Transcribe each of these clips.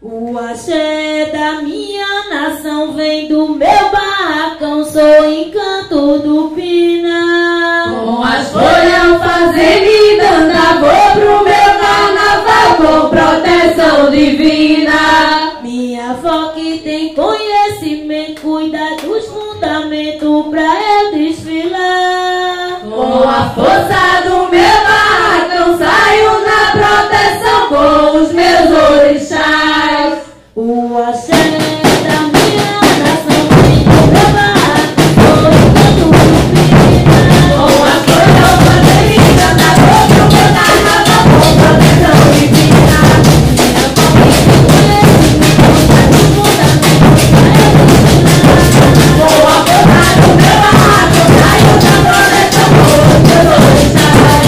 O axé da minha nação vem do meu barracão, sou encanto do Pina. Com as folhas fazendo dana, vou pro meu carnaval com proteção divina. Minha avó que tem conhecimento, cuida dos fundamentos pra eu desfilar. Com a força do meu barracão, saio na proteção com os meus orixás. O axé da minha nação vem do meu barracão, sou encanto do Pina. Com as folhas fazendo dana, vou pro meu carnaval com proteção divina. Com a força do meu barracão, saio na proteção com os meus orixás.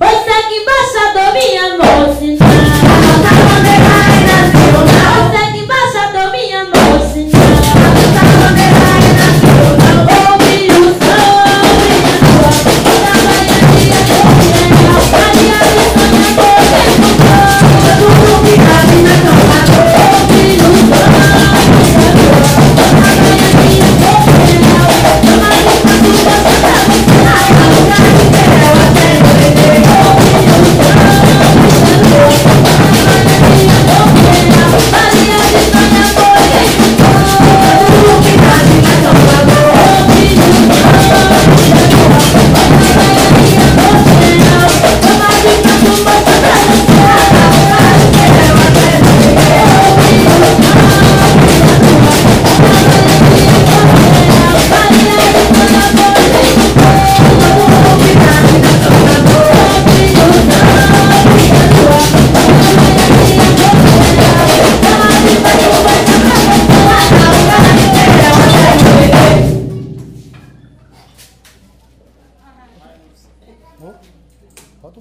Você que embaixador, minha mocinha. Nossa bandeira é nacional. Você que embaixador, minha mocinha. Nossa bandeira é nacional. Ouve o som e a sua trabalha dia com dia. A minha visão na boca é do pão. Tudo que cabe na camada. Ouve o som e a sua trabalha dia com dia. Toma conta do seu trabalho. A minha visão na boca é do pão. Tudo que cabe na camada. Volta.